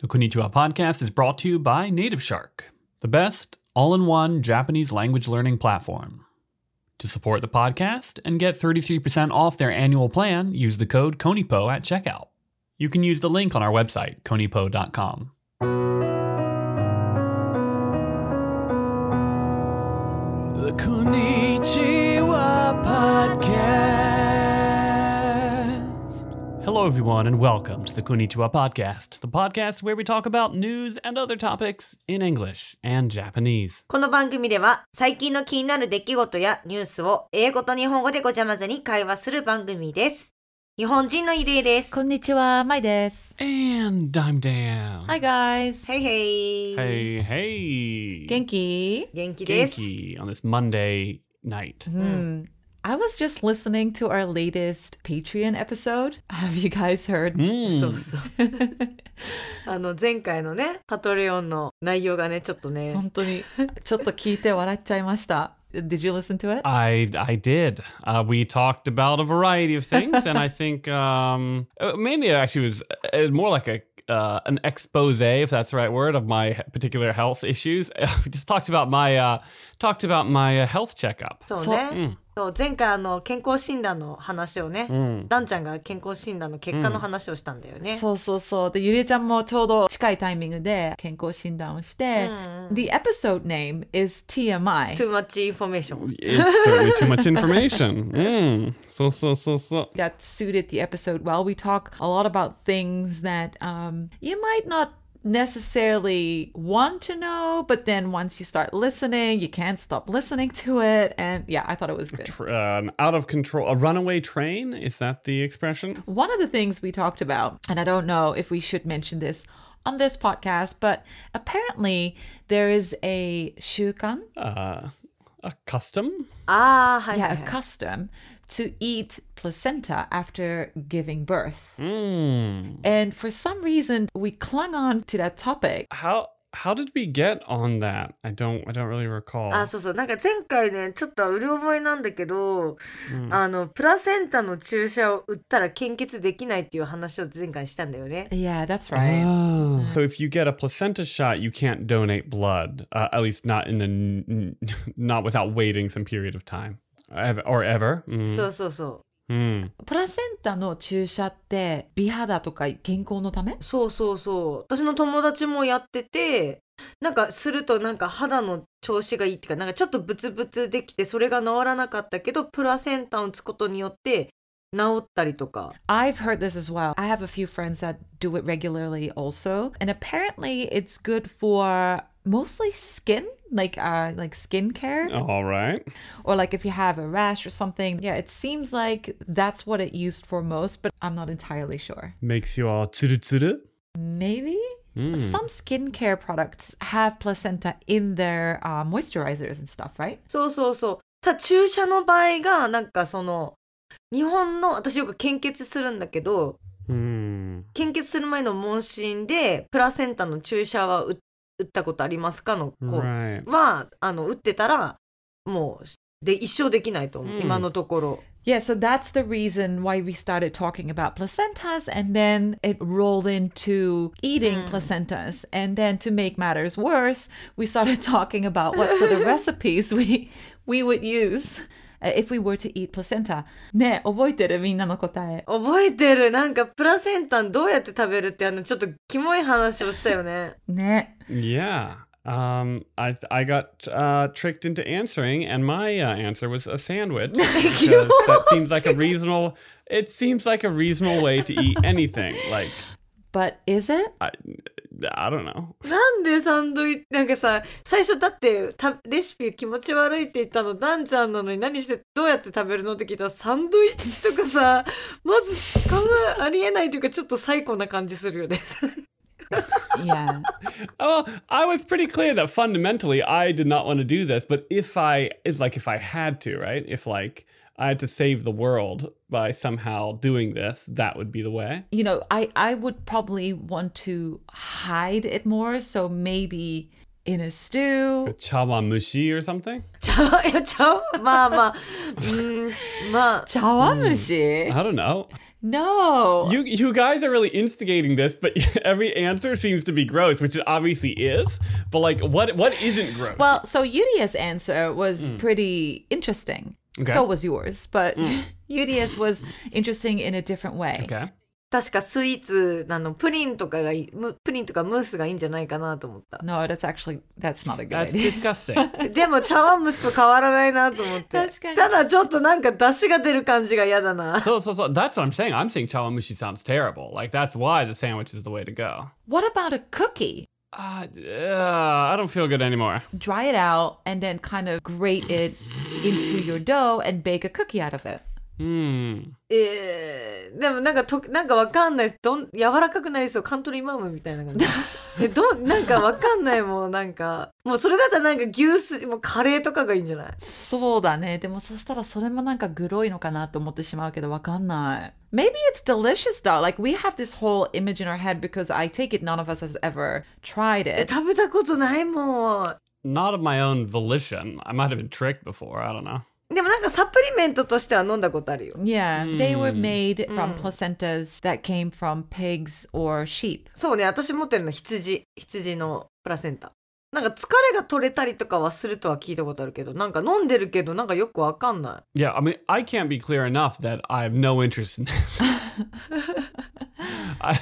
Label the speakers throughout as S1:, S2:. S1: The Konnichiwa podcast is brought to you by Native Shark, the best all in one Japanese language learning platform. To support the podcast and get 33% off their annual plan, use the code KONIPO at checkout. You can use the link on our website, konipo.com. こんにちは、podcast. Hello, everyone, and welcome to the Konnichiwa Podcast, the podcast where we talk about news and other topics in English and Japanese.
S2: この番組では最近の気になる出来事やニュースを英語と日本語でごちゃ混ぜに会話する番組です。日本人のゆりえです。
S3: こんにちは、まいです。
S1: And I'm Dan.
S3: Hi guys!
S2: へいへい。
S1: Hey, hey.
S3: 元気
S2: 元気です。
S1: Genki on this Monday night.
S3: うん。I was just listening to our latest Patreon episode. Have you guys heard?
S2: そうそう。 あの前回のね、パトレオンの内容がね、ちょっとね、
S3: 本当にちょっと聞いて笑っちゃいました。Did you listen to it?
S1: I I did. Uh, we talked about a variety of things, and I think um, uh, mainly it actually was it was more like a uh, an expose, if that's the right word, of my particular health issues. we just talked about my uh, talked about my uh, health checkup.
S2: そう
S3: そう
S2: ね。そう前回あの健康診断の話をね、ダンちゃんが健康診断の結果の話をしたんだよね。
S3: そうそうそう。で、ゆりえちゃんもちょうど近いタイミングで健康診断をして、The episode name is TMI.
S2: Too much information.
S1: It's certainly too much information. Mm. So so so so.
S3: that suited the episode well. We talk a lot about things that um, you might not necessarily want to know, but then once you start listening, you can't stop listening to it. And yeah, I thought it was good.
S1: Tr- Uh, an out of control, a runaway train. Is that the expression?
S3: One of the things we talked about, and I don't know if we should mention this on this podcast, but apparently there is a shukan,
S1: Uh, a custom.
S2: ああはいは
S3: yeah,
S2: い
S3: a
S2: はい。
S3: custom to eat placenta after giving birth.
S1: Mm.
S3: And for some reason, we clung on to that topic
S1: how how did we get on that? I don't I don't really recall.
S2: あそうそうなんか前回ねちょっとうる覚えなんだけど、あのプラセンタの注射を打ったら献血できないっていう話を前回したんだよね。
S3: Yeah, that's right.
S1: Oh. So if you get a placenta shot, you can't donate blood, uh, at least not in the n- n- not without waiting some period of time Ev- or ever. Mm.
S2: そうそうそ
S1: Mm.
S3: プラセンタの注射って美肌とか健康のため
S2: うそうそうそう私の友達もやっててなんかするとなんか肌の調子がいいっていうかなんかちょっとブツブツできてそれが治らなかったけどプラセンタを打つことによって治ったりとか
S3: I've heard this as well. I have a few friends that do it regularly also. And apparently it's good for mostly skin, like uh like skincare
S1: All right.
S3: or like if you have a rash or something. Yeah, it seems like that's what it used for most, but I'm not entirely sure.
S1: Makes you all tsuru tsuru.
S3: Maybe some skincare products have placenta in their uh, moisturizers and stuff, right?
S2: そうそうそうただ注射の場合がなんかその日本の私よく献血するんだけど
S1: Mm.
S2: 献血する前の問診でプラセンタの注射は打打ったことありますかの子
S1: Right.
S2: はあの打ってたらもうで一生できないと思う、
S1: うん
S2: 今のところ
S3: Yeah, so that's the reason why we started talking about placentas, and then it rolled into eating placentas. And then to make matters worse, we started talking about what sort of recipes we we would use uh, if we were to eat placenta. ねえ、覚えてるみんなの答え。
S2: 覚えてるなんかプラセンタどうやって食べるってあのちょっとキモい話をしたよね
S3: ね。
S1: Yeah. Um, I th- I got uh, tricked into answering, and my uh, answer was a sandwich because that seems like a reasonable. It seems like a reasonable way to eat anything. Like
S3: But is it?
S1: I, I don't know.
S2: なんでサンドイッチなんかさ最初だってたレシピ気持ち悪いって言ったのダンちゃんなのに何してどうやって食べるのって聞いたらサンドイッチとかさまず考えありえないというかちょっと最高な感じするよね
S3: Yeah.
S1: Oh, I was pretty clear that fundamentally I did not want to do this, but if I it's like if I had to, right? If like I had to save the world by somehow doing this, that would be the way.
S3: you know, I I would probably want to hide it more, so maybe in a stew.
S1: Chawamushi or something?
S2: ちゃういやちゃうまあまあうんまあ
S3: Chawamushi.
S1: Hmm. I don't know.
S3: No.
S1: You you guys are really instigating this, but every answer seems to be gross, which it obviously is. But like, what what isn't gross?
S3: well, so Yudia's answer was pretty interesting.
S1: Mm. Okay. Mm.
S3: So was yours, but Yudia's was interesting in a different way.
S1: okay.
S2: 確かスイーツなのプリンとかがいいむプリンとかムースがいいんじゃないかなと思った。
S3: No, that's actually that's not a good
S1: That's
S3: idea.
S1: disgusting.
S2: でも茶碗蒸しと変わらないなと思って。
S3: 確かに
S2: ただちょっとなんか出汁が出る感じが嫌だな。
S1: so so so that's what I'm saying. I'm saying chawamushi sounds terrible. Like that's why the sandwich is the way to go.
S3: What about a cookie?
S1: Uh, uh, I don't feel good anymore.
S3: Dry it out and then kind of grate it into your dough and bake a cookie out of it.
S1: Hmm.
S2: えー、でもなんかとなんかわかんないどん柔らかくなりそうカントリーマームみたいな感じえどんなんかわかんないもうなんかもうそれだったらなんか牛すもうカレーとかがいいんじゃない
S3: そうだね。でもそしたらそれもなんかグロいのかなと思ってしまうけどわかんない。Maybe it's delicious though. Like we have this whole image in our head because I take it none of us has ever tried
S2: え
S3: it.
S2: 食べたことないもん
S1: Not of my own volition. I might have been tricked before. I don't know.
S2: でもなんかサプリメントとしては飲んだことあるよ
S3: Yeah, they were made from placentas that came from pigs or sheep.
S2: そうね私持ってるの羊羊のプラセンタなんか疲れが取れたりとかはするとは聞いたことあるけどなんか飲んでるけどなんかよくわかんない
S1: Yeah, I mean, I can't be clear enough that I have no interest in this. I,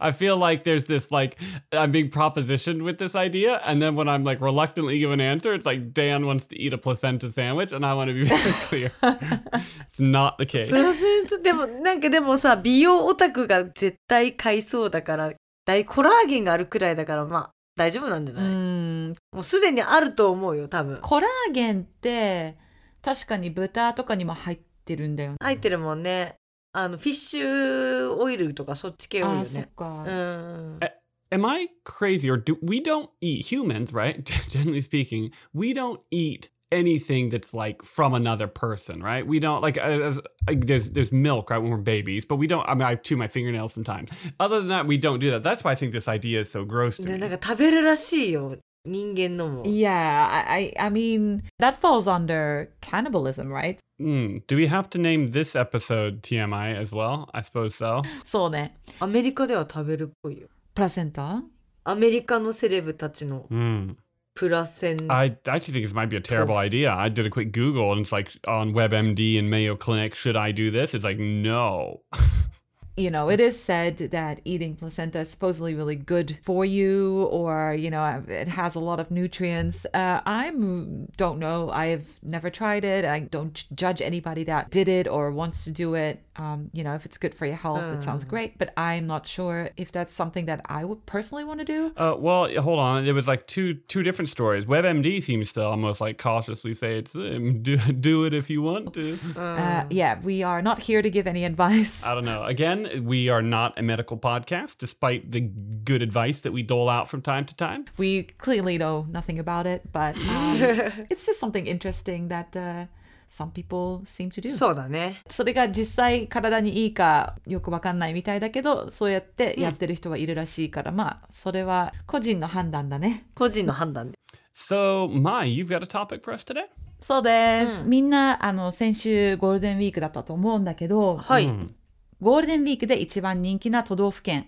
S1: I feel like there's this like I'm being propositioned with this idea, and then when I'm like reluctantly give an answer, it's like Dan wants to eat a placenta sandwich, and I want to be very clear. it's not the case.
S2: プラセント でもなんかでもさ美容オタクが絶対買いそうだから大コラーゲンがあるくらいだからまあ大丈夫なんじゃない、
S3: うん、
S2: もうすでにあると思うよ多分
S3: コラーゲンって確かに豚とかにも入ってるんだよね。
S2: 入ってるもんねあのフィッシュオイルとかそっち系多い
S3: あ
S2: よ
S3: あ、そっ
S2: ね
S3: か。
S2: うん
S1: Am I crazy or do we don't eat humans, right? Generally speaking, we don't eat anything that's like from another person, right? We don't like as, like there's there's milk, right, when we're babies, but we don't I mean I chew my fingernails sometimes. Other than that, we don't do that. That's why I think this idea is so gross to
S2: で
S1: me.
S2: なんか食べるらしいよ人間のも
S3: Yeah, I, I I mean that falls under cannibalism, right?
S1: Mm. Do we have to name this episode TMI as well? I suppose so.
S3: そうね。
S2: アメリカでは食べるっぽいよ
S3: プラセンタ
S2: アメリカのセレブたちの
S1: Mm.
S2: プラセンタ
S1: I actually think this might be a terrible idea. I did a quick Google and it's like on WebMD and Mayo Clinic, should I do this? It's like, no.
S3: You know, it is said that eating placenta is supposedly really good for you, or you know, it has a lot of nutrients. Uh, I don't know. I've never tried it. I don't j- judge anybody that did it or wants to do it. Um, you know, if it's good for your health, it sounds great. But I'm not sure if that's something that I would personally want to do.
S1: Uh, well, hold on. There was like two two different stories. WebMD seems to almost like cautiously say it's um, do do it if you want to.
S3: Uh, yeah, we are not here to give any advice.
S1: I don't know. Again, we are not a medical podcast, despite the good advice that we dole out from time to time.
S3: We clearly know nothing about it, but um, it's just something interesting that uh, some people seem to do.
S2: そうだね
S3: それが実際体にいいかよくわかんないみたいだけど、そうやってやってる人はいるらしいから、まあ、それは個人の判断だね。
S2: 個人の判断で
S1: So, Mai, you've got a topic for us today.
S3: そうです。みんな、あの、先週ゴールデンウィークだったと思うんだけど、
S2: はい、
S3: ゴールデンウィークで一番人気な都道府県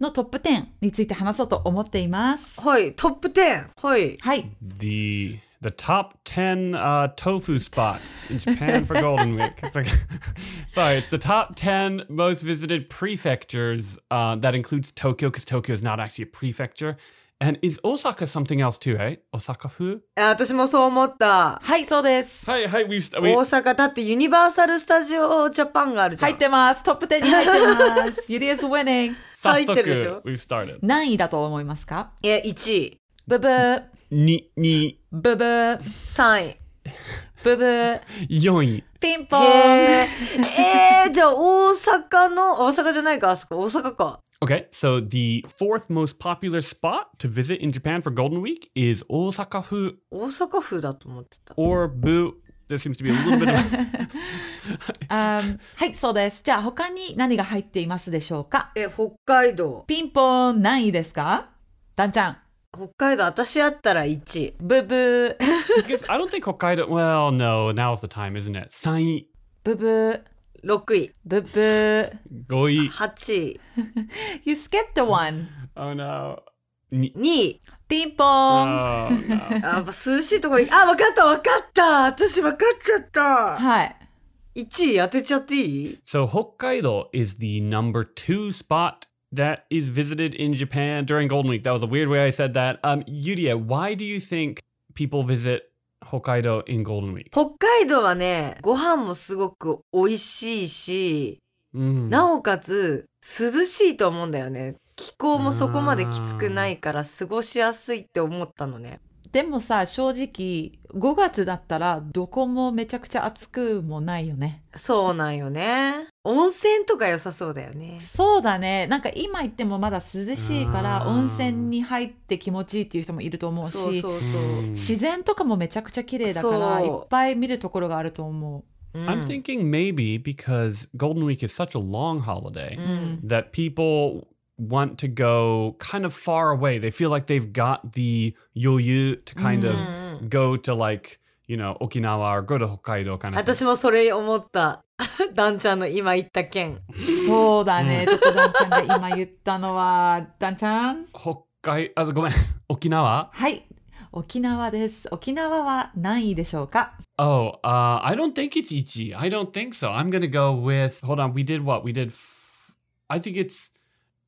S3: のトップ10について話そうと思っています。
S2: はいトップ10はい
S3: はい。
S1: The the top ten uh, tofu spots in Japan for Golden Week. It's like, sorry, it's the top ten most visited prefectures. Uh, that includes Tokyo, because Tokyo is not actually a prefecture. And is Osaka something else too, right? Osaka fu?
S2: あ私もそう思った
S3: はい、そうです。
S1: Hi, hi, we've, we,
S2: 大阪だってユニバーサル・スタジオ・ジャパンがあるじゃん
S3: 入ってます。トップ10に入って ます。ユリアスウィニング。
S1: 早速
S2: 入ってるでしょ？
S1: we've started.
S3: 何位だと思いますか
S2: いや1位
S3: ブブー、
S1: Ni, ni,
S3: ブブー、
S2: 3位
S3: ブブー、
S1: yoi.
S3: ピンポン。
S2: えー、えー、 じゃあ大阪の大阪じゃないかあそこ大阪か
S1: Okay, so the fourth most popular spot to visit in Japan for Golden Week is Osaka fu
S2: 大阪府だと思ってた
S1: or bu. There seems to be a little bit of.
S3: あん はい、そうです。じゃあ他に何が入っていますでしょうか
S2: え北海道
S3: ピンポン何位ですかダンちゃん。
S2: 北海道私あったら1位
S3: ブブー、
S1: Because I don't think Hokkaido. Well, no, now's the time, isn't it? Sai,
S3: ブブー、
S2: 6位、
S3: Boo boo.
S1: 5位。
S2: 8位、
S3: You skipped a one.
S1: Oh no. に
S2: 2位。
S3: Ping pong.
S1: Oh no.
S2: あ、やっぱ涼しいところに、あ、わかったわかった私わかっちゃった
S3: はい。
S2: !1 位当てちゃっていい
S1: so Hokkaido is the number two spot that is visited in Japan during Golden Week. That was a weird way I said that. Um, Yuria, why do you think people visit Hokkaido in Golden Week?
S2: 北海道はね、ご飯もすごく美味しいし、
S1: Mm.
S2: なおかつ涼しいと思うんだよね。気候もそこまできつくないから過ごしやすいって思ったのね。
S3: でもさ、正直、5月だったらどこもめちゃくちゃ暑くもないよね。
S2: そうなんよね。温泉とか良さそうだよね。
S3: そうだね。なんか今行ってもまだ涼しいから、
S1: あー
S3: 温泉に入って気持ちいいっていう人もいると思うし、
S2: そうそうそう。
S1: Mm.
S3: 自然とかもめちゃくちゃ綺麗だから、い
S2: そう
S3: っぱい見るところがあると思う。
S2: うん
S1: I'm thinking maybe because Golden Week is such a long holiday
S2: うん。
S1: that people want to go kind of far away. They feel like they've got the yoyu to kind
S2: うんう
S1: of
S2: ん
S1: go to like, you know, Okinawa or go to Hokkaido kind of thing.
S2: 私もそれ思った。 ダンちゃんの今言った件。
S3: そうだね。ちょっとダンちゃんが今言ったのは、ダンちゃん
S1: uh, 北海、あ、ごめん。沖縄
S3: はい。沖縄です。沖縄は何位でしょうか
S1: Oh, uh, I don't think it's Ichi. I don't think so. I'm going to go with, hold on, we did what? We did, f- I think it's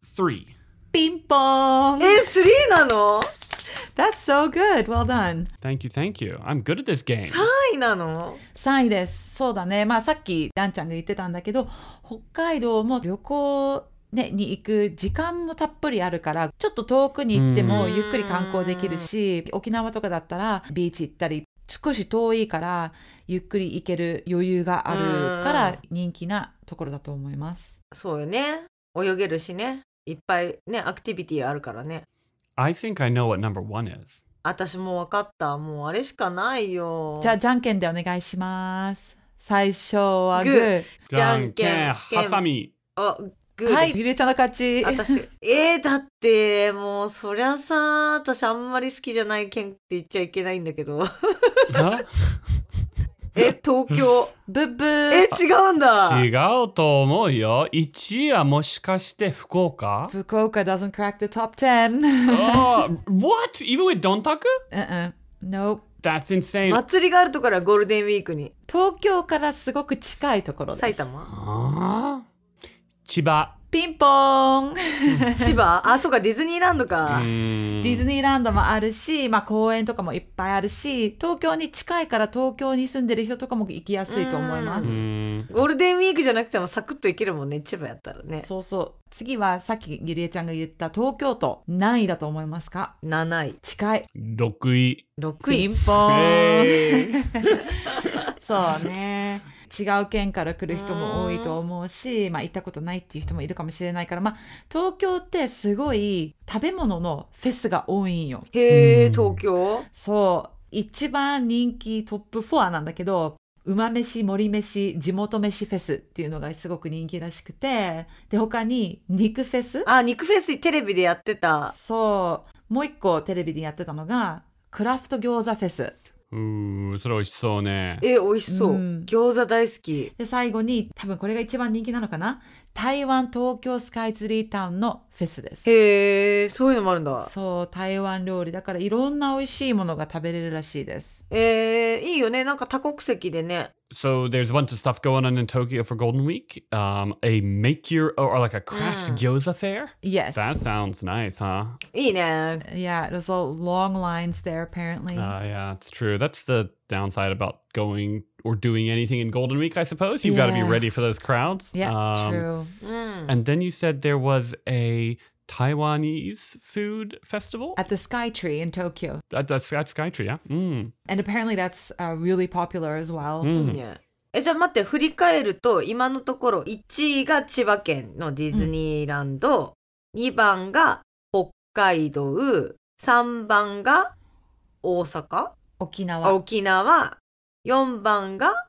S1: three.
S3: ピンポーン
S2: え、3なの
S3: That's so good. Well done.
S1: Thank you, thank you. I'm good at this game.
S2: 3位なの
S3: 3位です。そうだね。まあさっきダンちゃんが言ってたんだけど、北海道も旅行、ね、に行く時間もたっぷりあるから、ちょっと遠くに行っても
S2: うん
S3: ゆっくり観光できるし、沖縄とかだったらビーチ行ったり、少し遠いからゆっくり行ける余裕があるか
S2: うん
S3: ら人気なところだと思います。
S2: そうよね。泳げるしね。いっぱいね、アクティビティあるからね。
S1: I think I know what number one is.
S2: 私も分かった。もうあれしかないよ。
S3: じゃあじゃんけんでお願いします。最初はグ
S2: グ
S3: ー。
S2: じゃんけん、
S1: ハサミ。
S2: あ、グーです。
S3: はい、ゆりえちゃんの勝ち。
S2: 私、 えー、だって、もう、そりゃさ、私あんまり好きじゃない県って言っちゃいけないんだけ ど。
S1: huh?
S2: え、東 京。
S3: ブッブ
S2: え、
S3: ー。
S2: 違うんだ。
S1: 違うと思うよ。一位はもしかして福岡？
S3: 福岡 doesn't crack the top 10.
S1: oh, what? Even with Dontaku?
S3: uh-uh. Nope.
S1: That's insane.
S2: 祭りがあるところはゴールデンウィークに。
S3: 東京からすごく近いところです。
S2: 埼玉
S1: Huh? Chiba.
S3: ピンポーン。
S2: 千 葉あ、そうか、ディズニーランドか。
S3: ディズ
S1: Mm.
S3: ニーランドもあるし、まあ公園とかもいっぱいあるし、東京に近いから東京に住んでる人とかも行きやすいと思います。
S2: ゴールデンウィークじゃなくてもサクッといけるもんね、千葉やったらね。
S3: そうそう。次はさっきゆりえちゃんが言った東京都。何位だと思いますか
S2: 7位、
S3: 近い。
S1: 6位。
S2: 6
S3: ピ
S2: 位。
S3: ンポーン。
S1: Hey.
S3: そうね。違う県から来る人も多いと思うし、まあ行ったことないっていう人もいるかもしれないから、まあ東京ってすごい食べ物のフェスが多いんよ。
S2: へえ、
S1: うん
S2: 東京
S3: そう。一番人気トップ4なんだけど、馬飯、森飯、地元飯フェスっていうのがすごく人気らしくて、で、他に肉フェス
S2: あ、肉フェステレビでやってた。
S3: そう。もう一個テレビでやってたのが、クラフト餃子フェス。
S1: うー、それ美味しそうね。
S2: え、美味しそう。
S3: うん
S2: 餃子大好き。
S3: で、最後に、多分これが一番人気なのかな台湾東京スカイツリータウンのフェスです。
S2: へえ、そういうのもあるんだ。
S3: そう、台湾料理だからいろんな美味しいものが食べれるらしいです。
S2: えー、いいよね。なんか多国籍でね。
S1: So there's a bunch of stuff going on in Tokyo for Golden Week. Um, a make your or like a craft gyoza fair.
S3: Yes.
S1: That sounds nice, huh?
S2: いいね。
S3: yeah, there's a long lines there apparently.
S1: Uh, yeah, it's true. That's the downside about going or doing anything in Golden Week, I suppose. You've got to be
S3: Yeah.
S1: ready for those crowds.
S3: yeah,
S1: Um,
S3: true.
S2: うん。
S1: And then you said there was a Taiwanese food festival
S3: At the Sky Tree in Tokyo.
S1: at, at, Sky- at Skytree. Yeah. Mm.
S3: And apparently that's uh, really popular as well.
S2: いいね。え、じゃあ待って、振り返ると、今のところ1位が千葉県のディズニーランド、2番が北海道、3番が大阪、
S3: 沖
S2: あ
S3: 縄。
S2: 沖縄、4番が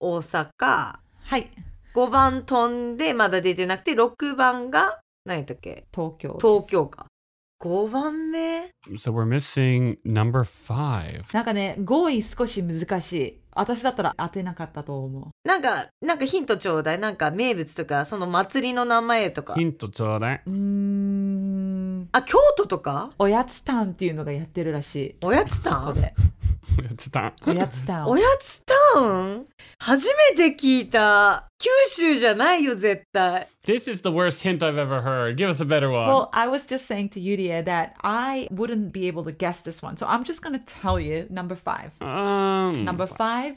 S2: 大阪、
S3: はい。
S2: 5番飛んでまだ出てなくて、6番が何やったっけ
S3: 東京。
S2: 東京か。5番目
S1: So we're missing number five.
S3: なんかね、5位少し難しい。私だったら当てなかったと思
S2: なんか、なんかヒントちょうだい。なんか名物とか、その祭りの名前
S3: uh,。
S2: とか
S1: ヒ。ントちょうだいう
S3: うー ん。
S2: あ、京都とか
S3: おやつタンっていうのがやってるらしい。
S2: おやつタ
S3: ここ
S2: ウン
S3: で。
S1: やってた
S3: おやつタン
S2: お。やつタウン初めて聞いた。九州じゃないよ、絶対。
S1: This is the worst hint I've ever heard. Give us a better one.
S3: Well, I was just saying to Yuria that I wouldn't be able to guess this one. So I'm just going to tell you number five.
S1: um,
S3: Number five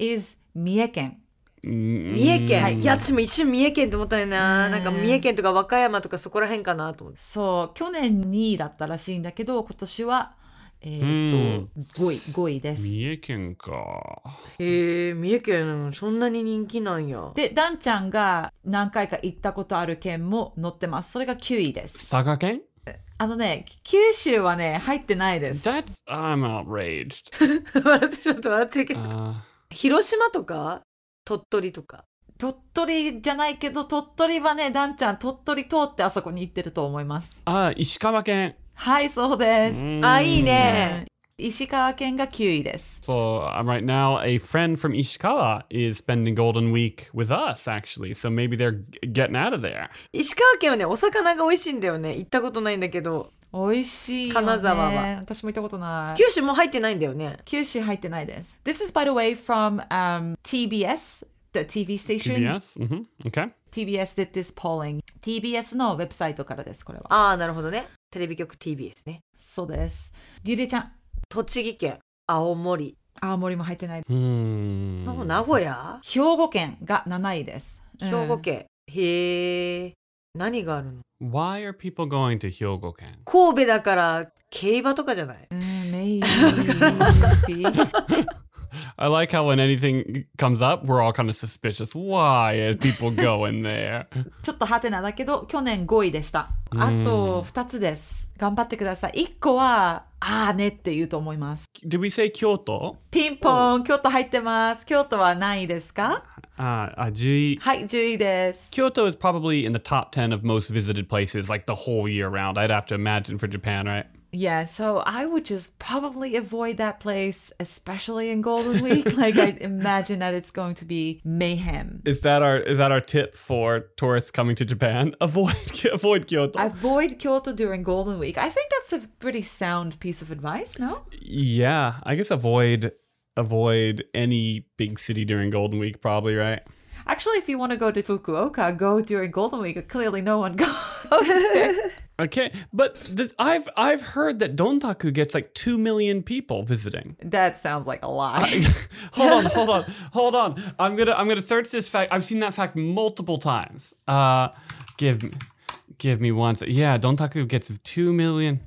S3: is 三重県。
S2: 三重県。いや、私も一瞬三重県って思ったよな。なんか三重県とか和歌山とかそこら辺かなと思って。
S3: そう、去年2位だったらしいんだけど、今年は、えっ、と、5位、5位です。
S1: 三重県か。
S2: へえ、三重県、そんなに人気なんや。
S3: で、ダンちゃんが何回か行ったことある県も載ってます。それが9位です。
S1: 佐賀県
S3: あのね、九州はね、入ってないです。
S1: That's I'm outraged.
S2: 笑ってちょっと笑っちゃいけない。
S1: Uh,
S2: 広島とか鳥取とか。
S3: 鳥取じゃないけど、鳥取はね、ダンちゃん、鳥取通ってあそこに行ってると思います。
S1: あ、石川県。
S3: はい、そうです。
S2: あ、いいね。
S3: 石川県が9位です。
S1: So um, right now, a friend from Ishikawa is spending Golden Week with us, actually. So maybe they're g- getting out of there.
S2: 石川県はねお魚が美味しいんだよね行ったことないんだけど
S3: 美味しいよ、ね。
S2: 金沢は。
S3: 私も行ったことない。
S2: 九州も入ってないんだよね
S3: 九州入ってないです。This is by the way from、um, TBS, the TV station.
S1: Yes. hmm Okay.
S3: TBS did this polling. TBS のウェブサイトからです、これは。
S2: ああなるほどねテレビ局 TBS ね
S3: そうです。ゆりえちゃん、
S2: 栃木県青森、
S3: 青森も入ってない。
S1: Hmm.
S2: の名古屋
S3: 兵庫県が7位です。うん
S2: 兵庫県、へえ何があるの
S1: Why are people going to Hyogoken?
S2: 神戸だから競馬とかじゃない
S3: うん、メイ
S1: I like how when anything comes up, we're all kind of suspicious. Why are people going there?
S3: ちょっとハテナだけど、去年5位でした。あと2つです。頑張ってください。1個は、あーねって言うと思います。
S1: Did we say Kyoto?
S3: ピンポン京都入ってます。京都は何位ですか
S1: Uh, uh, G-
S3: はい、10位です。
S1: Kyoto is probably in the top 10 of most visited places like the whole year round. I'd have to imagine for Japan, right?
S3: Yeah, so I would just probably avoid that place, especially in Golden Week. like, I imagine that it's going to be mayhem.
S1: Is that our is that our tip for tourists coming to Japan? Avoid avoid Kyoto.
S3: Avoid Kyoto during Golden Week. I think that's a pretty sound piece of advice, no?
S1: yeah, I guess avoid avoid any big city during Golden Week probably, right?
S3: Actually, if you want to go to Fukuoka, go during Golden Week. Clearly, no one goes there.
S1: Okay, but this, I've I've heard that Dontaku gets like 2 million people visiting.
S3: that sounds like a lie.
S1: hold on, hold on, hold on. I'm gonna I'm gonna search this fact. I've seen that fact multiple times. Uh, give me, give me one. sec. Yeah, Dontaku gets two million.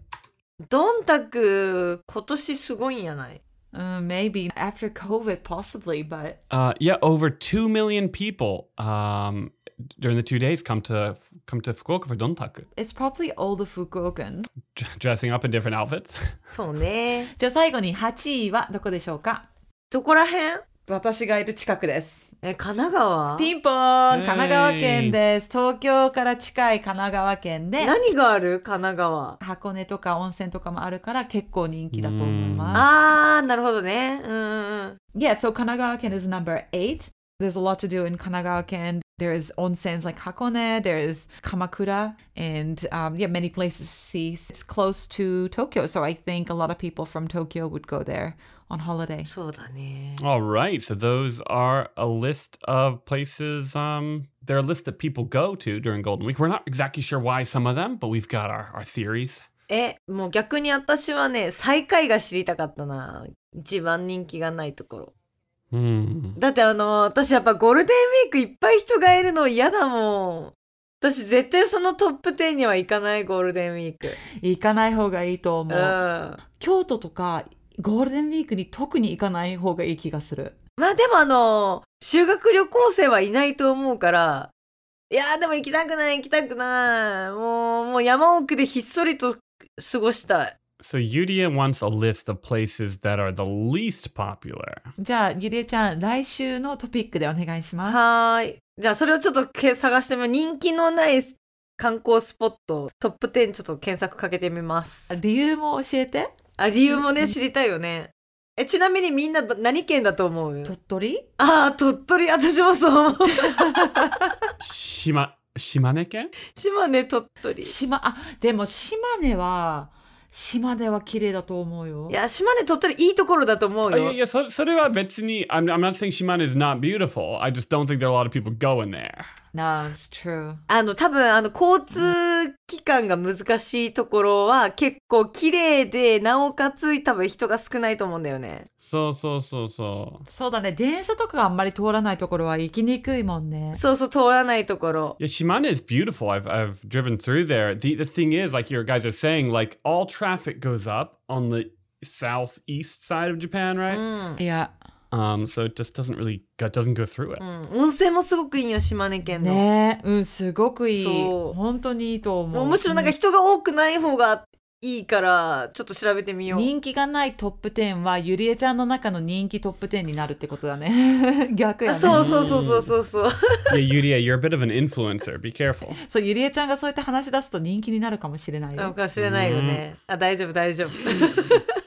S2: どんたく今年すごいんやない
S3: Uh, maybe after COVID, possibly, but
S1: Uh, yeah, over two million people. Um, during the two days, come to come to Fukuoka for Dontaku,
S3: it's probably all the Fukuokans.
S1: D- dressing up in different outfits.
S2: そうね
S3: じゃあ最後に8位はどこでしょうか
S2: どこら辺
S3: 私がいる近くです。
S2: え神奈川
S3: ピンポーン
S1: イェーイ
S3: 神奈川県です。東京から近い神奈川県で、
S2: 何がある神奈川
S3: 箱根とか温泉とかもあるから結構人気だと思います。
S2: あーなるほどねうんうんうん
S3: Yeah, so 神奈川県 is number 8. There's a lot to do in 神奈川県. There is onsens like Hakone, there is Kamakura, and um, yeah, many places to see. It's close to Tokyo, so I think a lot of people from Tokyo would go there on holiday.
S2: そうだね
S1: All right, so those are a list of places. Um, they're a list that people go to during Golden Week. We're not exactly sure why some of them, but we've got our, our theories.
S2: え、もう逆に私はね、最下位が知りたかったな。一番人気がないところ。
S1: Hmm.
S2: だってあの、私やっぱゴールデンウィークいっぱい人がいるの嫌だもん。私絶対そのトップ10には行かないゴールデンウィーク。
S3: 行かない方がいい
S2: う
S3: と思
S2: ん。
S3: う。
S2: ま
S3: 京都とかゴールデンウィークに特に行かない方がいい気がする。
S2: あでもあの、修学旅行生はいないと思うから、いやーでも行きたくない行きたくない。もう、もう山奥でひっそりと過ごしたい。
S1: So Yudia wants a list of places that are the least popular.
S3: じゃあ、ゆりえちゃん、来週のトピックでお願いします。
S2: はーい。じゃあそれをちょっとけ探してみよう。人気のない観光スポット、トップ10ちょっと検索かけてみます。
S3: 理由も教えて。
S2: あ、理由もね、知りたいよね。えちなみにみんなど何県だと思う
S3: 鳥取
S2: ああ鳥取私もそう思 う
S1: 島、島根県
S2: 島根鳥取い
S3: 島あでも島根は島根は綺麗だと思うよ。
S2: や島根鳥取いいところだと思
S1: Oh,
S2: う
S1: yeah,
S2: よ
S1: yeah. So, so do I. Betsuni, I'm, I'm not saying Shimane is not beautiful. I just don't think there are a lot of people going there.
S3: No, it's true.
S2: あの多分あの交通機関が難しいところは結構綺麗でなおかつ多分人が少ないと思うんだよね
S1: So, so, so, so.
S3: そうだね。電車とかがあんまり通らないところは行きにくいもんね。
S2: そうそう通らないところ
S1: Yeah, Shimane is beautiful. I've, I've driven through there. The, the thing is, like your guys are saying, like all traffic goes up on the southeast side of Japan,
S2: う
S1: right?
S2: ん、
S3: いや、
S1: Um, so it just doesn't really go, doesn't go through it.
S2: うん、温泉もすごくいいよ島根県の、
S3: ねえ、うん、すごくいい。
S2: そう
S3: 本当にいいと思う。
S2: むしろなんか人が多くない方がいいからちょっと調べてみよう
S3: 人気がないトップ10はゆりえちゃんの中の人気トップ10になるってことだね。 逆や
S2: あ
S3: ね。
S2: そうそうそうそうそうそう
S1: yeah, Yuria, you're a bit of an influencer. Be careful.
S3: そうゆりえちゃんがそうやって話し出すと人気になるかもしれな
S2: な
S3: い
S2: の
S3: よ。
S2: かもしれないよね。あ、大丈夫、大丈夫。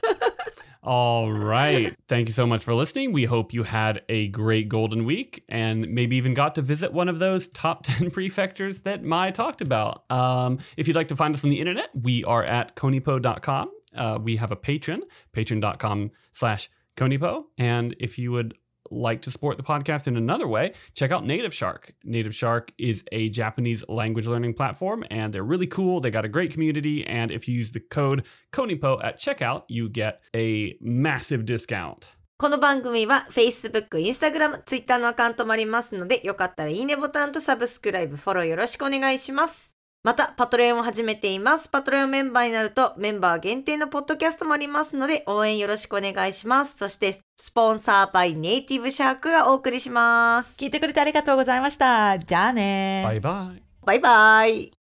S1: All right. Thank you so much for listening. We hope you had a great golden week and maybe even got to visit one of those top 10 prefectures that Mai talked about. Um, if you'd like to find us on the internet, we are at konipo.com. Uh, we have a patron, patron.com slash konipo. And if you would like to support the podcast in another way, check out Native Shark. Native Shark is a Japanese language learning platform, and they're really cool. They got a great community, and if you use the code KONIPO at checkout, you get a massive discount.
S2: この番組は Facebook、Instagram、Twitter のアカウントもありますので、よかったらいいねボタンとサブスクライブ、フォローよろしくお願いします。また、パトレオンを始めています。パトレオンメンバーになると、メンバー限定のポッドキャストもありますので、応援よろしくお願いします。そして、スポンサーバイネイティブシャークがお送りします。
S3: 聞いてくれてありがとうございました。じゃあね。
S1: Bye bye.
S2: バイバイ。